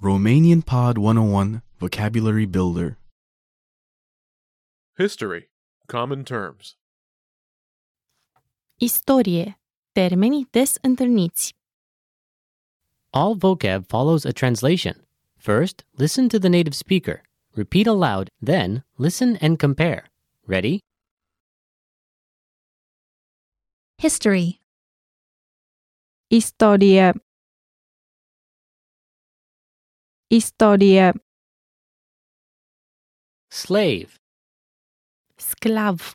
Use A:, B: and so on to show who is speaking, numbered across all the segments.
A: Romanian Pod 101 Vocabulary Builder.
B: History. Common terms.
C: Istorie. Termeni des întâlniți.
D: All vocab follows a translation. First, listen to the native speaker. Repeat aloud, then, listen and compare. Ready?
E: History.
C: Istorie. Istorie.
D: Slave.
C: Sclav.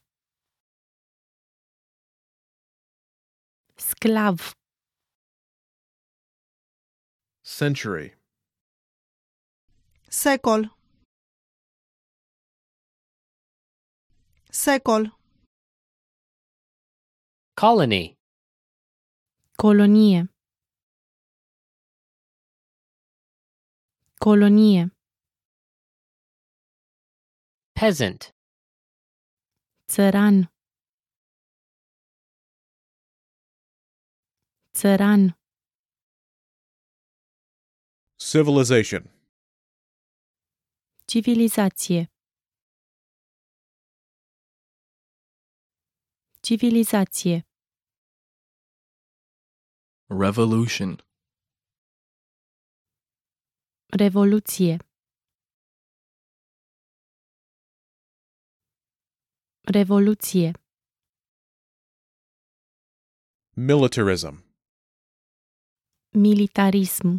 C: Sclav.
B: Century.
F: Secol. Secol.
D: Colony.
C: Colonie. Colonie.
D: Peasant.
C: Țăran. Țăran.
B: Civilization.
C: Civilizație. Civilizație.
A: Revolution.
C: Revoluție. Revoluție.
B: Militarism.
C: Militarism.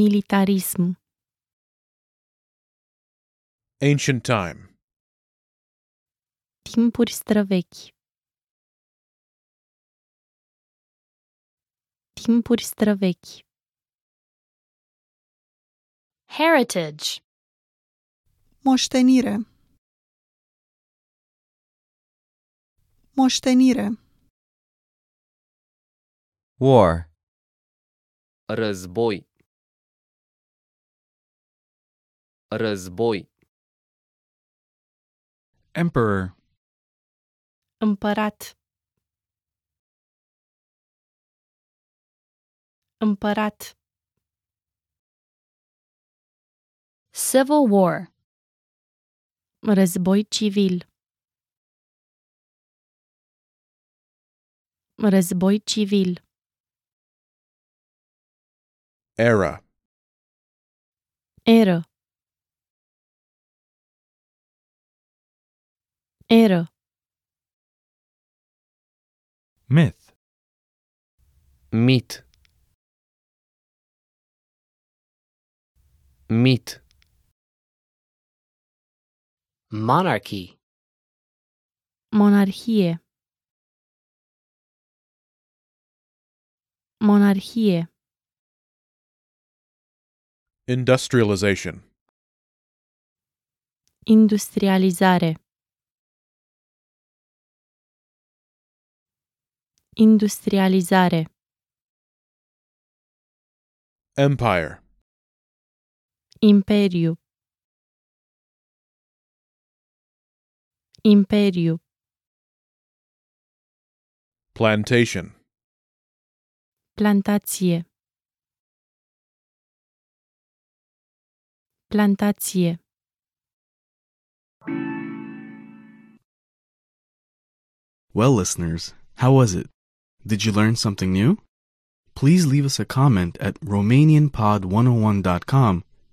C: Militarism.
B: Ancient time.
C: Timpuri străvechi. Timpuri străvechi.
E: Heritage.
F: Moștenire. Moștenire.
G: War.
H: Război. Război.
G: Emperor.
C: Împărat. Împărat.
E: Civil War.
C: Război civil. Război civil.
B: Era.
C: Eră. Eră.
G: Myth.
H: Mit. Mit.
D: Monarchy.
C: Monarhie. Monarhie.
B: Industrialization.
C: Industrializare. Industrializare.
B: Empire.
C: Imperiu. Imperiu.
B: Plantation.
C: Plantație. Plantație.
A: Well, listeners, how was it? Did you learn something new? Please oh leave us a comment at RomanianPod101.com